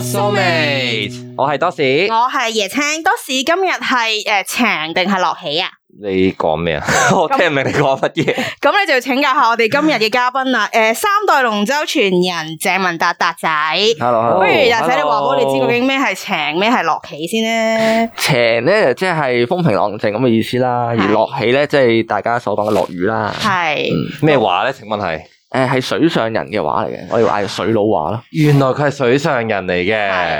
Soulmate，我係多士，我係椰青，多士今日係誒晴定係落起啊？你講咩 啊？我聽唔明你講乜嘢。咁你就要請教下我哋今日嘅嘉賓啦。誒、三代龍舟傳人鄭文達達仔，不 Hello，如達仔你話俾我哋知究竟咩係晴，咩係落起先咧？晴咧，即係風平浪靜咁嘅意思啦。而係落起咧，即係大家所講嘅落雨啦。係嗯咩話咧？請問係？誒，係水上人嘅話嚟嘅，我哋嗌水佬話啦。原來佢係水上人嚟係，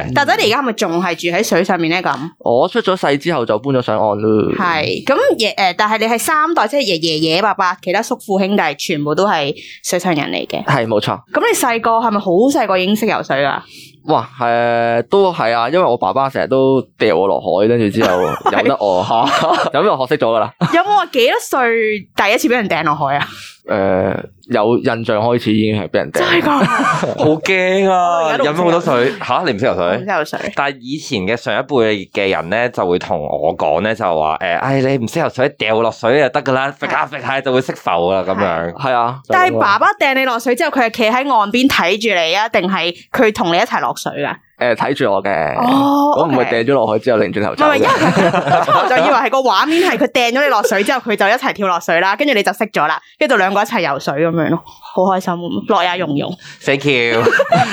嘅。達仔你而家係咪仲係住喺水上面咧？咁我出咗世之後就搬咗上岸咯。係咁爺誒，但係你係三代，即係爺爺爺伯伯，其他叔父兄弟全部都係水上人嚟嘅。係冇錯。咁你細個係咪好細個已經識游水啊？哇，誒、都係啊，因為我爸爸成日都掉我落海，跟住之 後由得我，咁就學識咗噶啦。有冇話幾多歲第一次俾人掟落海啊？誒、有印象開始已經係俾人掉。噶，好驚我而啊！家都飲唔咗好多水吓，你唔識游唔水識？游水。但係以前嘅上一輩嘅人咧，就會同我講咧，就話誒，唉、你唔識游水，掉落水就得噶啦，揈下揈下就會識浮啦咁樣。係啊，就但咁係啊爸爸掟你落水之後，佢係企喺岸邊睇住你啊，定係佢同你一齊落水噶？誒睇住我嘅，哦我唔係 OK 掟咗落海之後擰轉頭唔走係唔係，因為嘅。佢我初頭就以為係個畫面係佢掟咗你落水之後，佢就一齊跳落水啦，跟住你就識咗啦，跟住就兩個一齊游水咁樣咯，好開心咁，樂也融融。 Thank you。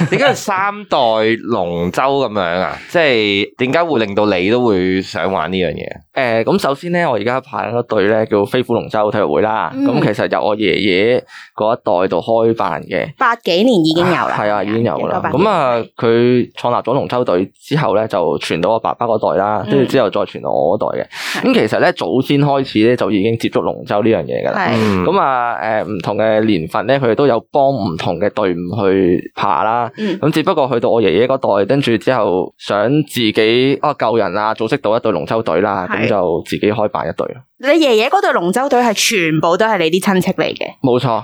點解係三代龍舟咁樣啊？即係點解會令到你都會想玩呢樣嘢？誒咁首先咧，我而家派緊一隊咧叫飛虎龍舟體育會啦。嗯咁其實由我爺爺嗰一代度開辦嘅，八幾年已經有啦，係啊已經有㗎啦。 1989咁啊，佢創立咗龍舟隊之後咧，就傳到我爸爸嗰代啦，跟住嗯之後再傳到我嗰代嘅。咁其實咧早先開始咧就已經接觸龍舟呢樣嘢㗎啦。係嗯咁啊，誒唔同嘅年份咧，佢哋都有幫唔同嘅隊伍去爬啦。嗯咁只不過去到我爺爺嗰代，跟住之後想自己啊救人啊，組織到一隊龍舟隊啦，係咁就自己開辦一隊。你爺爺嗰隊龍舟隊係全部都係你啲親戚嚟嘅，冇錯，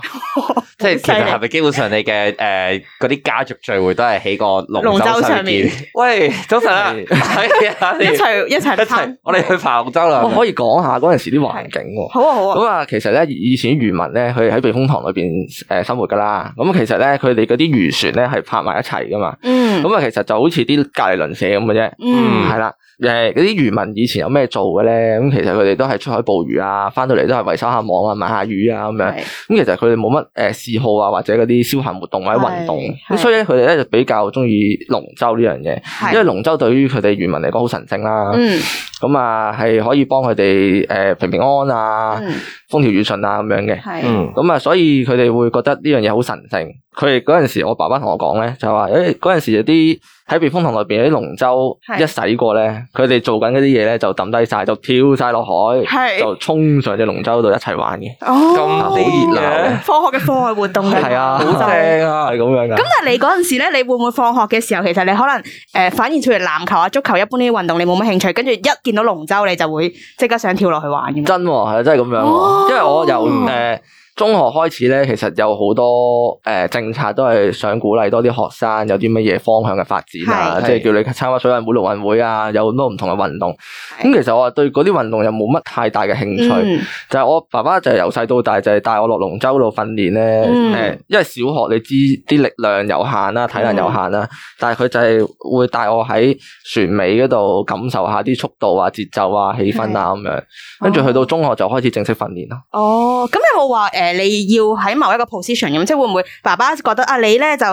即係其好犀實利係咪基本上你嘅誒嗰啲家族聚會都係喺個龍龍舟舟上上面面？喂，早晨啊，係啊，你一齊一齊一攀齊，我哋去爬龍舟啦我。可以講下嗰陣時啲環境喎。好啊好啊，咁啊，其實咧，以前啲漁民咧，佢喺避風塘裏邊誒生活噶啦。咁其實咧，佢哋嗰啲漁船咧係拍埋一齊噶嘛。嗯咁啊，其實就好似啲隔離鄰舍咁嘅啫。嗯係啦，誒嗰啲漁民以前有咩做嘅咧？咁其實佢哋都係出海捕魚啊，翻到嚟都係維修下網啊，買下魚啊咁樣。係咁其實佢哋冇乜誒嗜好啊，或者嗰啲消閒活動啊或者運動係，係咁所以咧佢哋咧就比較中意龍舟呢樣嘢，因為係龍舟對於佢哋漁民嚟講好神聖啦，嗯咁啊係可以幫佢哋誒平平安安啊、嗯風調雨順啊咁樣嘅，係嗯，咁啊所以佢哋會覺得呢樣嘢好神聖。佢哋嗰陣時，我爸爸同我講咧，就話誒嗰陣時有啲喺避風塘裏邊有啲龍舟係一洗過咧，佢哋做緊嗰啲嘢咧就抌低晒，就跳晒落海，係就衝上只龍舟度一齊玩嘅，哦咁好啲熱鬧嘅嘅。放學嘅課外活動係啊，好好正。正啊，係咁樣噶。咁但係你嗰陣時咧，你會唔會放學嘅時候，其實你可能誒、呃反而譬如籃球啊、足球一般呢啲運動，你冇乜興趣，跟住一見到龍舟，你就會即刻想跳落去玩咁樣。真喎，係真係咁樣啊哦喎。因為我由誒中學開始咧，其實有好多誒政策都係想鼓勵多啲學生有啲乜嘢方向嘅發展啊，係即係叫你參加水運會、陸運會啊，有好多唔同嘅運動。咁其實我對嗰啲運動又冇乜太大嘅興趣，嗯，就係我爸爸就係由細到大就係帶我落龍舟度訓練咧。嗯誒，因為小學你知啲力量有限啦，體能有限嗯啦，但係佢就係會帶我喺船尾嗰度感受下啲速度啊、節奏啊、氣氛啊咁樣。跟住去到中學就開始正式訓練啦。哦，咁有冇話誒你要喺某一個 position 咁，即係會唔會爸爸覺得啊你咧就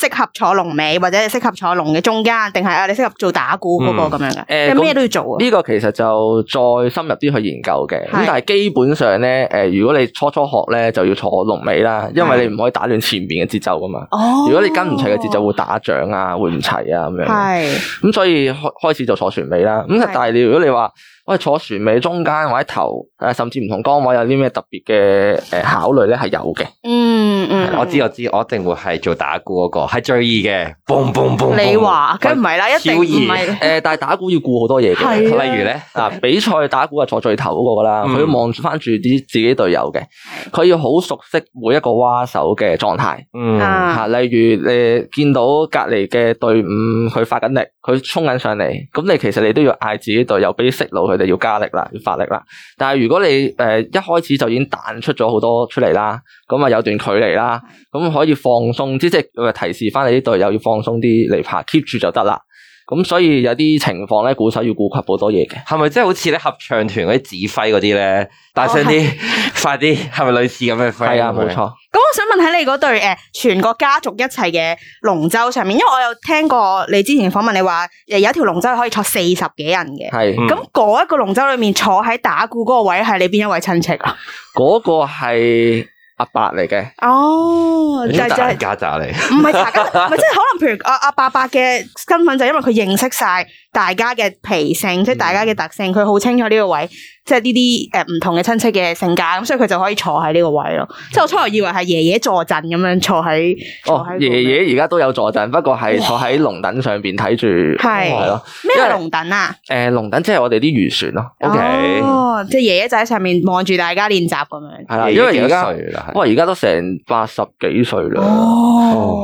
適合坐龍尾，或者係適合坐龍嘅中間，定係啊你適合做打鼓嗰嗯個咁樣嘅？誒你咩咁都要做啊？呢個其實就再深入啲去研究嘅，係咁但係基本上咧，誒、如果你初初學咧，就要坐龍尾啦，因為係你唔可以打亂前面嘅節奏噶嘛。哦，如果你跟唔齊嘅節奏會打掌啊，會唔齊啊咁樣。係咁所以開開始就坐船尾啦。咁係但係你如果你話喂坐船尾中間或者頭，誒甚至唔同崗位有啲咩特別嘅誒考慮咧，係有嘅。嗯嗯，我知啊我知，我一定會係做打鼓嗰個，係最易嘅。boom boom boom，你話梗唔係啦，一定唔超易係誒，但係打鼓要顧好多嘢係嘅。啊例如咧，嗱，比賽打鼓係坐最頭嗰個啦，嗯佢要望翻住啲自己隊友嘅，佢要好熟悉每一個蛙手嘅狀態嗯，啊呃嚇。例如誒見到隔離嘅隊伍佢發緊力，佢衝緊上嚟，咁你其實你都要嗌自己隊友俾息路，佢哋要加力啦，要發力啦。但係如果你誒、呃一開始就已經彈出咗好多出嚟啦，咁啊有段距離啦，咁可以放鬆啲，即係呃提示翻你啲隊友要放鬆啲嚟拍，keep 住就得啦。咁所以有啲情況咧，鼓手要顧及好多嘢嘅。系咪即係好似咧合唱團嗰啲指揮嗰啲咧，大聲啲，哦 快啲，係咪類似咁嘅 friend？係啊，冇。錯。咁我想問喺你嗰對诶、呃全個家族一齊嘅龍舟上面，因為我有聽過你之前訪問你話诶有一條龍舟可以坐四十幾人嘅，係嗯咁嗰一個龍舟裏面坐喺打鼓嗰個位係你邊一位親戚啊？嗰個係阿伯嚟嘅，哦，就就就係係家咋嚟？唔係大家， 唔係即係可能譬如阿阿伯伯嘅身份就係因為佢認識晒大家嘅脾性，即係大家嘅特性，佢好清楚呢個位，即係呢啲呃誒唔同嘅親戚嘅性格，咁所以佢就可以坐喺呢個位咯。即係我初頭以為係爺爺坐陣咁樣坐喺坐哦喺，爺爺而家都有坐陣，不過係坐喺龍躉上邊睇住，係係咯。咩因為係龍躉啊誒，龍躉即係我哋啲漁船咯。 OK 哦，即係爺爺就喺上面望住大家練習咁樣。係啦，因為而幾家多歲啦係哇，而家都成八十幾歲啦。哦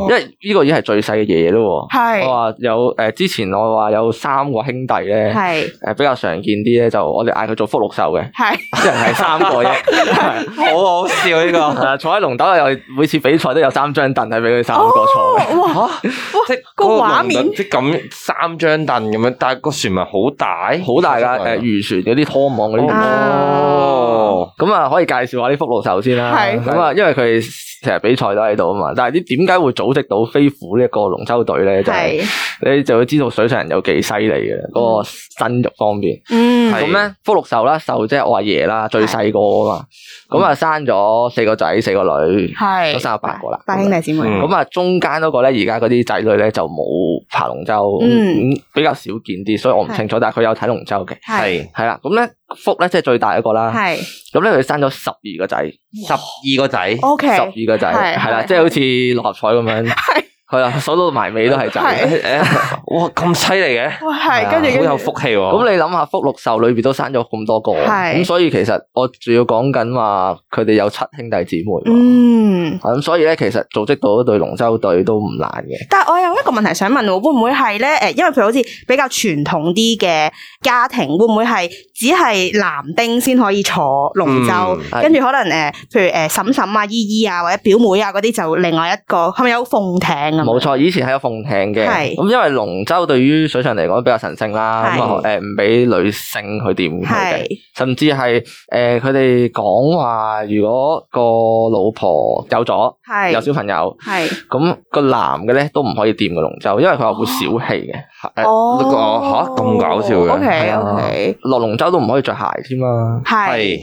因，為呢個已經係最細嘅爺爺咯喎。我係話有誒，之前我話有三個兄弟咧，係誒比較常見啲咧，就我哋嗌佢做福祿壽嘅，係即係係三個啫。 係好好笑呢係個。啊坐喺龍斗又每次比賽都有三張凳係俾佢三個坐嘅。哦哇！即係 個嗰個畫龍面躉即係咁三張凳咁樣，但係個船咪好大， 好 大噶，誒誒漁船嗰啲拖網嗰啲。哦，咁啊，可以介紹下啲福祿壽先啦。係咁啊，因為佢成日比賽都喺度啊嘛。但係啲點解會組織到飛虎呢一個龍舟隊咧？就係係你就會知道水上人有幾犀利嘅嗰個身肉方面。嗯咁係咧，福祿壽啦，壽即係我阿爺啦，最細個啊嘛。咁啊，生咗四個仔四個女，係都生咗八個啦八兄弟姊妹嗯咁啊，中間嗰個咧，而家嗰啲仔女咧就冇爬龍舟，嗯咁比較少見啲，所以我唔清楚。但係佢有睇龍舟嘅，啊係係啦。咁咧，福咧即係最大嗰個啦。係咁咧佢生咗十二個仔，十二個仔， O K 十二個仔係係啦，係即係好似六合彩咁樣， 係係啦，數到埋尾都係仔。係哇咁犀利嘅，哇係哦係啊跟住好跟有住福氣喎。咁你諗下，福祿壽裏邊都生咗咁多個，係咁所以其實我仲要講緊話，佢哋有七兄弟姊妹喎，嗯，咁所以咧其實組織到一隊龍舟隊都唔難嘅。但系我有一個問題想問喎，會唔會係咧？诶，因為譬如好似比較傳統啲嘅家庭，會唔會係只係男丁先可以坐龍舟？嗯跟住可能诶、呃譬如诶嬸嬸啊、姨姨啊或者表妹啊嗰啲，就另外一個係咪有鳳艇咁？冇，錯，以前係有鳳艇嘅，嗯係咁因為龍舟對於水上嚟講比較神聖啦，係咁啊誒唔俾女性去掂佢係嘅，甚至係誒佢哋講話，如果個老婆有咗係有小朋友，係咁、個男嘅咧都唔可以掂個龍舟，因為佢話會小氣嘅，誒哦呢個嚇咁搞笑嘅 O K 係啊 O K，落龍舟都唔可以着鞋添啦。哦係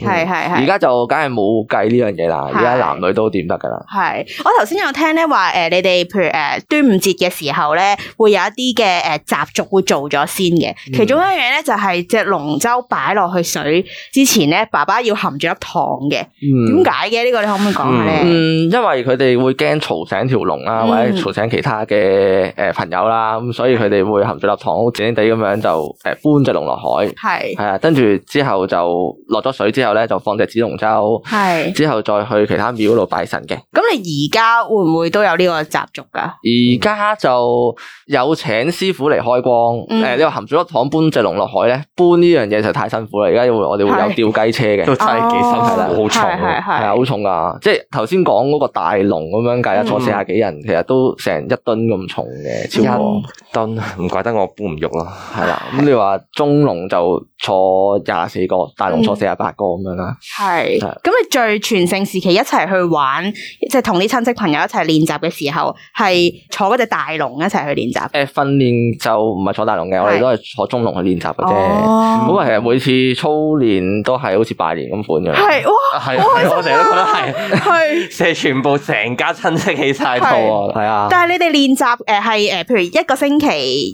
係係係係而。家就梗係冇計呢樣嘢啦，係而家男女都掂得噶啦。系，我頭先有聽咧話诶，你哋譬如诶、呃端午節嘅時候咧，會有一啲嘅诶习俗會做咗先嘅。嗯其中一樣咧就係隻龍舟擺落去水之前咧，爸爸要含住粒糖嘅。嗯點解嘅？呢、個你可唔可以講下咧？嗯，因為佢哋會驚嘈醒條龍啦，嗯或者嘈醒其他嘅誒朋友啦，咁所以佢哋會含住粒糖，好靜靜地咁樣就誒搬只龍落海，係係啊，跟住之後就落咗水之後咧，就放隻紫龍舟，係。之後再去其他廟度拜神嘅。咁你而家會唔會都有呢個習俗㗎？而家就有請師傅嚟開光，誒、嗯你話含住粒糖搬只龍落海咧，搬呢樣嘢就太辛苦啦。而家會我哋會有吊雞車嘅，都真係幾辛苦，好重哦係係喎。係啊，係好重噶，即係頭先講嗰個大龍咁樣計啊，坐嗯四廿幾人，其實都成一噸咁重嘅，一超過噸，唔怪得我搬唔喐咯。係啦。咁你話中龍就坐廿四個，大龍坐四廿八個咁樣啦。係。係咁你最全盛時期一齊去玩，即係同啲親戚朋友一齊練習嘅時候，係坐嗰只大龍一齊去練習。誒訓練就唔係坐大龍嘅，我哋係都係坐中龍去練習嘅啫。哦咁啊，其實每次操練都係好似拜年咁款嘅。係哇！係，好開 心啊我哋都覺得係，系，即係全部成家親戚起晒套啊！係啊，但系你哋練習诶係诶，譬如一個星期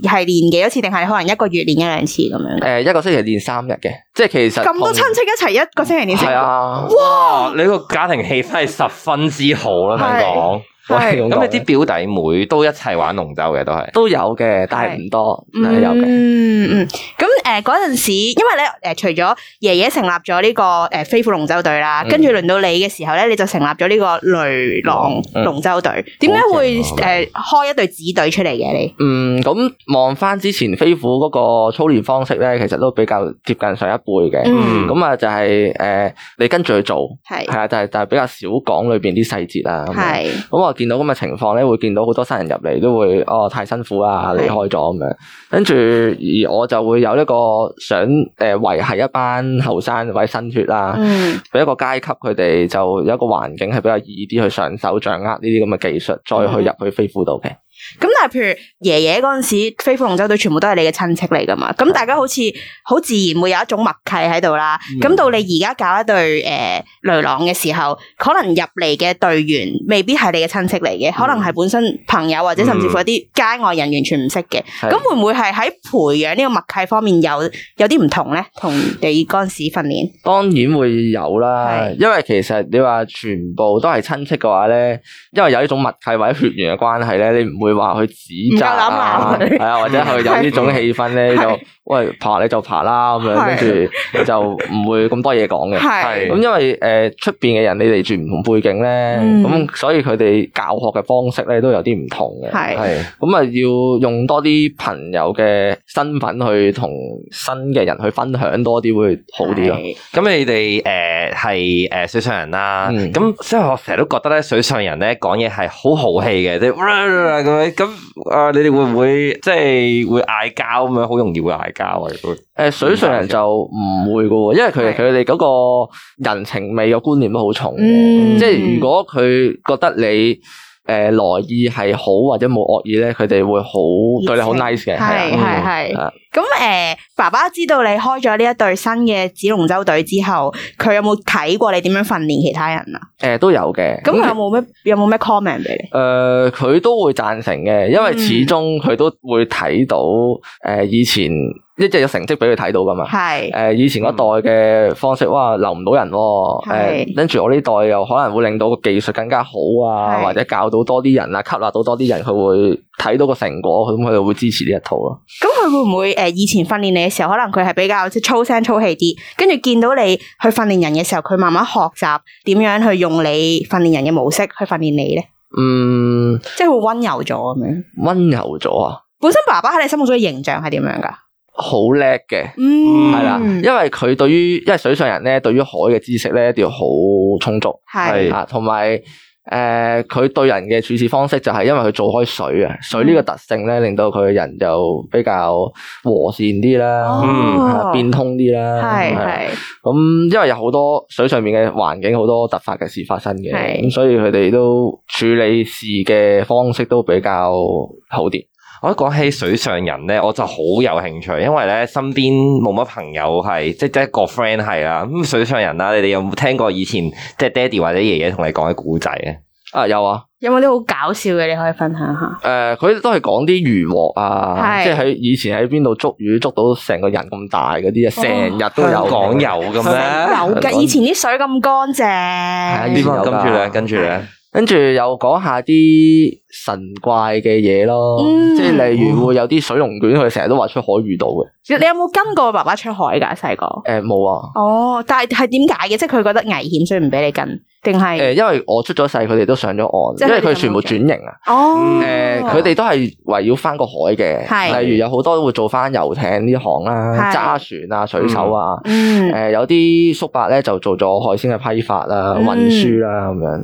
係練幾多次，定係可能一個月練一兩次咁樣？誒一個星期練三日嘅，即係其實咁多同親戚一齊一個星期練四係啊。哇！你個家庭氣氛係十分之好啦，係香港喂係咁咁講你咧啲表弟妹都一齊玩龍舟嘅都係，都有嘅，但係唔多，係有嘅。嗯嗯，咁诶嗰陣時，因為咧诶、誒除咗爺爺成立咗呢、個个誒飛虎龍舟隊啦，嗯跟住輪到你嘅時候咧，你就成立咗呢個雷狼嗯龍舟隊。點解會好勁啊诶、開一隊子隊出嚟嘅你？嗯，咁望翻之前飛虎嗰個操練方式咧，其實都比較接近上一輩嘅。嗯咁啊、就係呃你跟住去做，係係啊，但係但係比較少講裏邊啲細節啊。咁樣係咁我見到咁嘅情況咧，會見到好多新人入嚟都會哦太辛苦啦，離開咗咁樣。跟住而我就會有一個想誒、呃、維係一班後生或者新血啦，嗯俾、一個階級佢哋就有一個環境係比較易啲去上手掌握呢啲咁嘅技術，再去入去飛虎度嘅。咁但係譬如爺爺嗰陣時，飛虎龍舟隊全部都係你嘅親戚嚟噶嘛，咁大家好似好自然會有一種默契喺度啦。咁、到你而家搞一隊誒、呃雷狼嘅時候，可能入嚟嘅隊員未必係你嘅親戚嚟嘅，可能係本身朋友或者甚至乎一啲街外人完全唔識嘅。係咁、會唔會係喺培養呢個默契方面有有啲唔同咧？同你嗰陣時訓練，當然會有啦係，因為其實你話全部都係親戚嘅話咧，因為有呢種默契或者血緣嘅關係咧，你唔會話去指責啊唔夠膽，鬧佢係啊，或者去有呢種氣氛咧，係就喂爬你就爬啦咁樣，係跟住就唔會咁多嘢講嘅。係咁因為誒出邊嘅人你嚟住唔同背景咧，嗯咁所以佢哋教學嘅方式咧都有啲唔同嘅。係係咁啊，要用多啲朋友嘅身份去同新嘅人去分享多啲，會好啲咯。係咁你哋誒係誒水上人啦，嗯咁即係我成日都覺得咧，水上人咧講嘢係好豪氣嘅，即係咁樣咁啊！你哋會唔會即係會嗌交咁樣？好容易會嗌交啊！如果誒水上人就唔會嘅喎，因為佢係佢哋嗰個人情味嘅觀念都好重嘅，嗯即係如果佢覺得你誒、呃、來意係好或者冇惡意咧，佢哋會好對你好 nice 嘅，係係啊係係啊。咁誒、呃爸爸知道你開咗呢一隊新嘅紫龍舟隊之後，佢有冇睇過你點樣訓練其他人啊？誒都有嘅。咁啊佢有誒冇咩有冇咩 comment 俾你？呃佢、都會贊成嘅，因嗯為始終佢都會睇到誒、呃以前一隻有成績俾佢睇到噶嘛。係誒、呃以前嗰代嘅方式，哇留唔到人喎、嗯係誒跟住我呢代又可能會令到個技術更加好啊，係或者教到多啲人啊，吸納到多啲人，佢會睇到個成果，咁佢就會支持呢一套咯。咁佢會唔會誒、呃以前訓練你嘅時候，可能佢係比較即係粗聲粗氣啲，跟住見到你去訓練人嘅時候，佢慢慢學習點樣去用你訓練人嘅模式去訓練你咧，嗯，即係會温柔咗咁樣。温柔咗啊，本身爸爸喺你心目中嘅形象係點樣㗎？好叻嘅，嗯係啦、因為佢對於因為水上人咧，對於海嘅知識咧一定要好充足係啊，同埋。誒佢、對人嘅處事方式就係因為佢做開水啊，水呢個特性咧，令到佢嘅人就比較和善啲啦。嗯啊變通啲啦，哦係係係咁，因為有好多水上面嘅環境，好多突發嘅事發生嘅，係咁所以佢哋都處理事嘅方式都比較好啲。我一講起水上人咧，我就好有興趣，因為咧身邊冇乜朋友係即係得一個 friend 係啦。咁水上人啦，你哋有冇聽過以前即係爹哋或者爺爺同你講嘅古仔咧？啊，有啊，有冇啲好搞笑嘅你可以分享下？誒、佢都係講啲漁獲啊，係即係喺以前喺邊度捉魚，捉到成個人咁大嗰啲啊，哦成日都有香港有咁咩？有香㗎，港以前啲水咁啊乾淨以點前。啊？有跟住咧，㗎跟住咧，跟住又講下啲神怪嘅嘢咯，嗯即係例如會有啲水龍捲，佢成日都話出海遇到嘅。你你有冇跟過爸爸出海㗎細個？誒、冇啊。哦，但係係點解嘅？即係佢覺得危險，所以唔俾你跟，定係、誒，呃因為我出咗世，佢哋都上咗即係佢岸，因哋為佢全部轉型啊。哦，誒，佢哋都係圍繞翻個海係嘅，例如有好多都會做翻遊艇呢行啦，係揸船啊、水手啊。嗯，誒，有啲叔伯咧就做咗海鮮嘅批發啦、嗯運輸啦咁樣。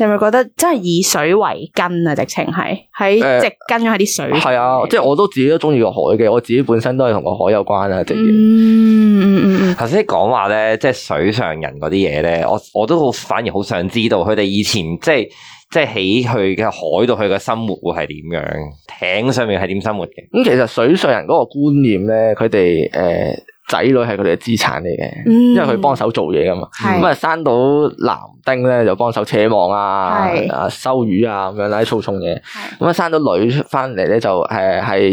你係咪覺得真係以水為根啊？直情係喺誒直根咗喺啲水，係啊，即係我都自己都中意個海嘅，我自己本身都係同個海有關啊啦，直嘢。嗯嗯嗯嗯，頭先講話咧，即係水上人嗰啲嘢咧，我我都好反而好想知道佢哋以前即係即係喺佢嘅海度，佢嘅生活會係點樣？艇上面係點生活嘅？咁其實水上人嗰個觀念咧，佢哋誒仔女係佢哋嘅資產嚟嘅，嗯因為佢幫手做嘢噶嘛。係咁啊，生到藍丁咧就幫手扯網啊係、啊收魚啊咁樣啦，啲粗重嘢。係咁啊，生咗女翻嚟咧就誒做家頭細務係要誒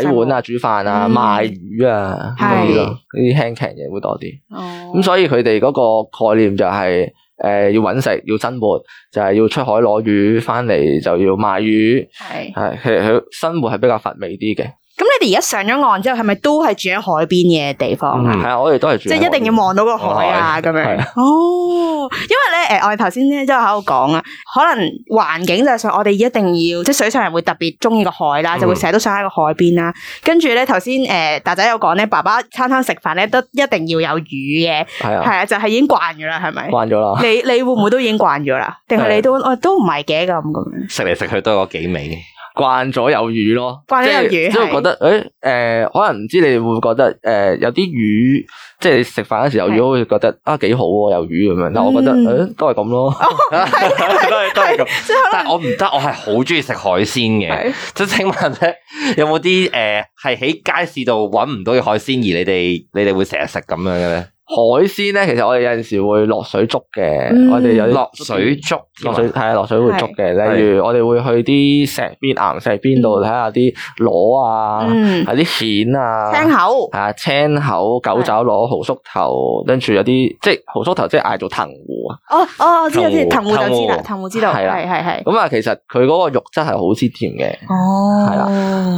洗碗啊、煮飯啊、嗯賣魚啊係嗰啲咯，呢啲輕騎嘢會多啲。哦咁所以佢哋嗰個概念就係诶、要揾食要生活，就係要出海攞魚，翻嚟就要賣魚，系。係其實佢生活係比較乏味啲嘅。咁你哋而家上咗岸之後，係咪都係住喺海邊嘅地方啊？嗯係啊，我哋都係住即係一定要望到個海啊，咁係樣啊。哦，因為咧，诶，我哋頭先咧都喺度講啊，可能環境就上，我哋一定要即係水上人會特別中意個海嗯啦，就會成日都想喺個海邊啦。跟住咧，頭先诶大仔有講咧，爸爸餐餐食飯咧都一定要有魚嘅，係係啊，啊，就係已經慣咗啦，係咪？慣咗啦。你你會唔會都已經慣咗啦？定係你都啊哦都唔係嘅咁咁樣？食嚟食去都有嗰幾味。慣咗有魚咯，慣咗有魚即係即係係覺得誒誒，可能唔知你哋會唔會覺得誒有啲魚，即係你食飯嗰時有魚，會覺得啊幾好喎，有魚咁樣。但我覺得嗯誒都係咁咯， 都係都係咁。即係可能但係我唔得，我係好中意食海鮮嘅。係即係請問咧，有冇啲誒係喺街市度揾唔到嘅海鮮，而你哋你哋會成日食咁樣嘅咧？海鮮咧，其實我哋有陣時會落水捉嘅，嗯我哋有啲落水粥添落啊，水係啊，落水會捉嘅。係例如我哋會去啲石邊、岩石邊度嗯睇下啲螺啊，嗯，係啲蜆啊，聽口係啊，青口、九爪螺、蠔縮頭，跟住有啲即係蠔縮頭，即係嗌做藤壺啊。哦哦，我知道知道，藤藤壺壺就知啦，藤壺知道，係啦係係係。咁啊，其實佢嗰個肉質係好鮮甜嘅。哦，係啦，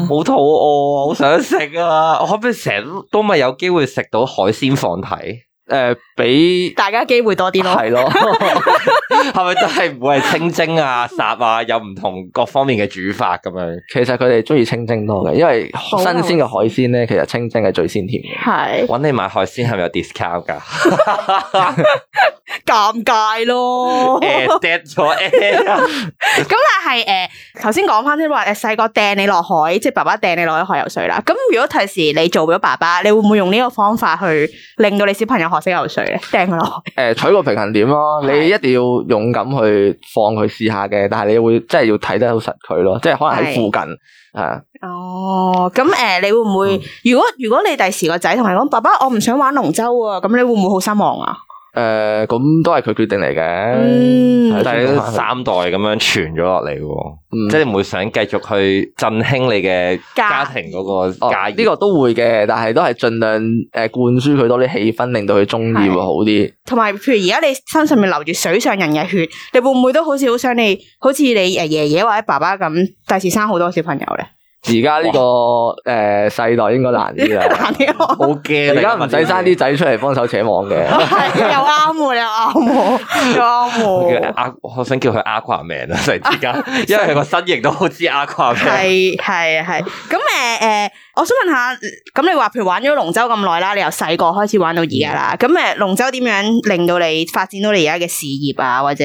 好肚餓啊，好想食啊！我可唔可以成日都咪有機會食到海鮮放題？诶、俾大家機會多啲咯。係咯，係咪都係唔會係清蒸啊、烚啊，有唔同各方面嘅煮法咁樣？其實佢哋中意清蒸多嘅，因為新鮮啊嘅海鮮咧，其實清蒸係最鮮甜係嘅。揾你買海鮮係咪有 discount 㗎？尷尬咯，誒 dead 咗誒，咁但係诶，誒頭先講翻即係話诶，細個掟你落海，即係爸爸掟你落去海游水啦。咁如果第時你做咗爸爸，你會唔會用呢個方法去令到你小朋友學識游水咧？掟佢落海，诶、取個平衡點咯，係你一定要勇敢去放佢試下嘅，但係你會真係要睇得好實佢咯，即係可能喺附近啊，哦，咁诶，誒你會唔會？嗯如果如果你第時個仔同你講，爸爸，我唔想玩龍舟啊，咁你會唔會好失望啊？诶、咁都係佢決定嚟嘅。嗯係但係都尊重返佢三代咁樣傳咗落嚟喎，嗯即係你唔會想繼續去振興你嘅家庭嗰個哦家呢業。個都會嘅，但係都係盡量诶灌輸佢多啲氣氛，令到佢中意係會好啲。同埋，譬如而家你身上面流住水上人嘅血，你會唔會都好似好想你，好似你誒爺爺或者爸爸咁，第時生好多小朋友咧？而家呢個诶世代應該難啲啦 難，啲喎，好驚而你家啊唔使生啲問仔出嚟幫手扯網嘅。係又啱喎，你又啱喎，呢又啲嘢啱叫 喎，阿，我想叫佢 Aquaman 啊！突然 之間，因為佢個身形都好似 Aquaman。係係係。咁誒誒，我想問下，咁你話譬如玩咗龍舟咁耐啦，你由細個開始玩到而家啦，咁誒龍舟點樣令到你發展到你而家嘅事業啊，或者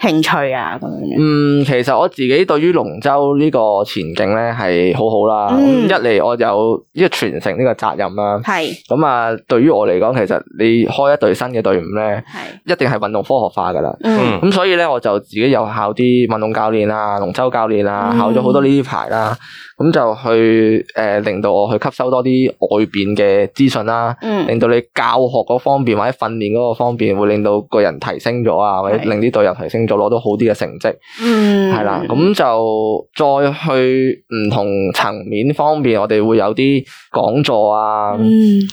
興趣啊咁樣？嗯，其實我自己對於龍舟呢個前景咧係好好啦。咁嗯一嚟我有呢個傳承呢個責任啦。係咁啊，對於我嚟講，其實你開一隊新嘅隊伍咧，係，一定係運動科學化噶啦。嗯咁所以咧，我就自己有考啲運動教練啊、龍舟教練啊，嗯考咗好多呢啲牌啦。咁就去誒、呃令到我去吸收多啲外邊嘅資訊啦。嗯令到你教學嗰方面或者訓練嗰個方面，會令到個人提升咗啊，或者係令啲隊友提升咗，攞到好啲嘅成績。嗯，系啦，咁就再去唔同層面方面，我哋會有啲講座啊，誒、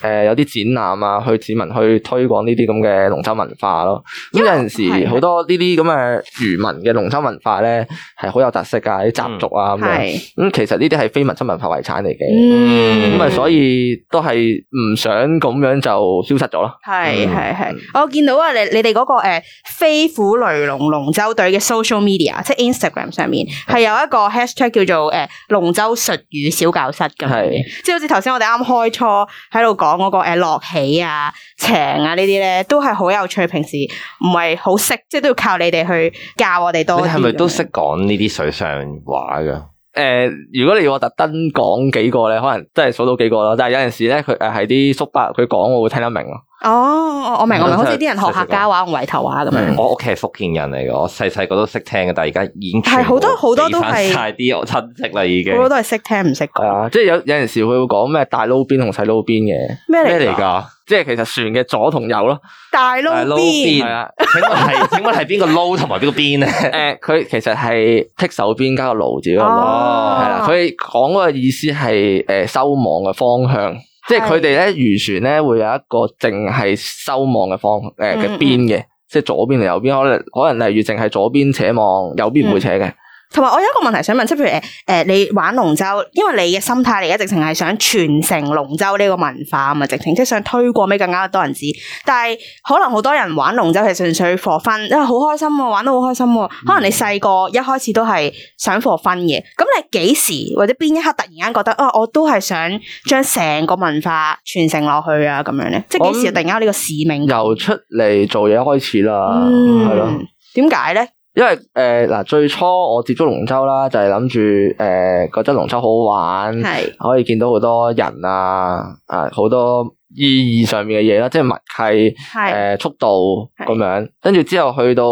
嗯。有啲展覽啊，去市民去推廣呢啲咁嘅農州文化咯。咁因有為陣係時好多呢啲咁嘅漁民嘅農州文化咧，係好有特色噶，啲習俗嗯啊咁樣。系，咁其實呢啲係非物質文化遺產嚟嘅，嗯咁啊、所以都係唔想咁樣就消失咗咯。系系嗯系，我見到啊，你你哋嗰個诶飞虎雷龍龍舟隊嘅 social media，即系 Instagram 上面係有一個 hashtag 叫做诶龍舟術語小教室咁樣嘅係，即系好似頭先我哋啱開初喺度講嗰個诶落起啊、埕啊呢啲咧，都係好有趣。平時唔係好識，即系都要靠你哋去教我哋多你啲。係咪都識？講呢啲水上話㗎？誒、如果你要我特登講幾個咧，可能真係數到幾個咯。但係有陣時咧，佢誒呃係啲叔伯佢講，我會聽得明咯。哦，我明我明，好似啲人學細細個客家話同圍頭話咁樣。我屋企係福建人嚟嘅，我細細個都識聽嘅，但係而家已經係好多好多都係俾返晒啲我親戚啦，已經好多都係識聽唔識係講，啊，即係有有陣時佢會講咩大撈邊同細撈邊嘅，咩咩嚟嚟㗎？㗎？即係其實船嘅左同右咯。大大撈撈邊邊係啊，請問 係請問係邊個撈同埋邊個邊誒、咧？佢其實係剔手邊加個勞字嗰個勞，哦係啦。佢講嗰個意思係誒、收網嘅方向。即係佢哋咧漁船咧會有一個淨係收網嘅方誒嘅、嗯嗯邊嘅，即係左邊定右邊，可能可能例如淨係左邊扯望，右邊唔會扯嘅。同埋我有一個問題想問，即係譬如誒誒、呃你玩龍舟，因為你嘅心態嚟嘅，直情係想傳承龍舟呢個文化啊嘛，直情即係想推廣俾更加多人知。但係可能好多人玩龍舟係純粹 for fun，因為好啊開心喎，玩得好開心嗯喎。可能你細個一開始都係想 for fun 嘅，咁你幾時或者邊一刻突然間覺得啊，我都係想將成個文化傳承落去啊咁樣咧？即係幾時我諗突然間有呢個使命感？由出嚟做嘢開始啦，嗯，啊係咯、點解咧？因為誒嗱、最初我接觸龍舟啦，就係諗住誒覺得龍舟好好玩，係可以見到好多人啊，啊好多意義上面嘅嘢啦，即係默契。誒、係速度係咁樣，跟住之後去到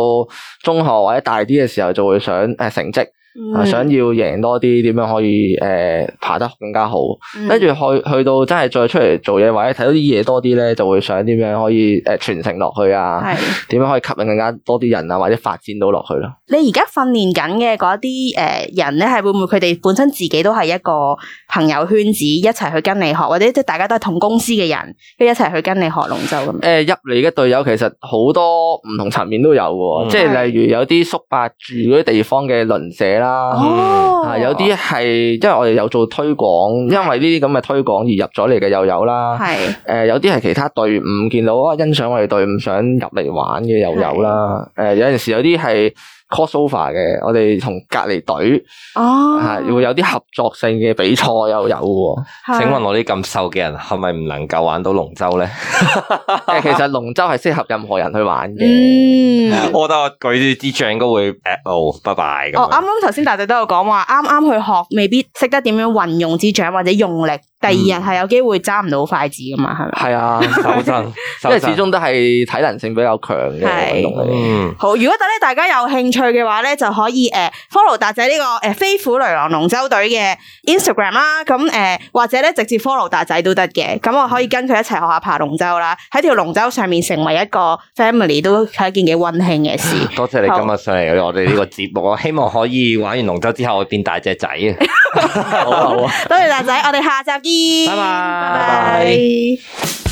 中學或者大啲嘅時候，就會想誒、成績，嗯啊想要贏多啲，點樣可以誒、爬得更加好。嗯跟住去去到真係再出嚟做嘢或者睇到啲嘢多啲咧，就會想點樣可以誒、傳承落去啊，係。點樣可以吸引更加多啲人啊，或者發展到落去咯。你而家訓練緊嘅嗰啲誒人咧，係會唔會佢哋本身自己都係一個朋友圈子一齊去跟你學，或者即係大家都係同公司嘅人，跟住一齊去跟你學龍舟咁？誒、呃入嚟嘅隊友其實好多唔同層面都有嘅喎，嗯即係例如有啲叔伯住嗰啲地方嘅鄰舍啦。哦啊，有啲係因為我哋有做推廣，因為呢啲咁嘅推廣而入咗嚟嘅又有啦。誒、係有啊啲係其他隊伍見到啊，欣賞我哋隊伍想入嚟玩嘅又有啦。誒、有陣時有啲係 crossover 嘅，我哋同隔離隊哦，啊會有啲合作性嘅比賽又 有喎。係請問我啲咁瘦嘅人係咪唔能夠玩到龍舟咧？誒其實龍舟係適合任何人去玩嘅。嗯。我覺得我舉住支杖應該會 at 路，拜拜咁哦，啱樣。啱頭先大隊都有講話，啱啱去學未必識得點樣運用支掌或者用力，第二嗯日係有機會揸唔到筷子噶嘛，係咪？係 啊，手震，因為始手震終都係體能性比較強嘅係運動嚟嘅。嗯好，如果等咧大家有興趣嘅話咧，就可以誒、呃 follow 達仔呢、個誒、呃飛虎雷狼龍舟隊嘅 Instagram 啦，咁誒、呃或者咧直接 follow 達仔都得嘅，咁我可以跟佢一齊學下爬龍舟啦，喺條龍舟上面成為一個 family 都係一件幾溫馨嘅事。多謝你今日上嚟我哋呢個節目，我希望可以玩完龍舟之後我變大隻仔啊！ 好啊好啊。多謝達仔，我哋下集拜見，拜拜拜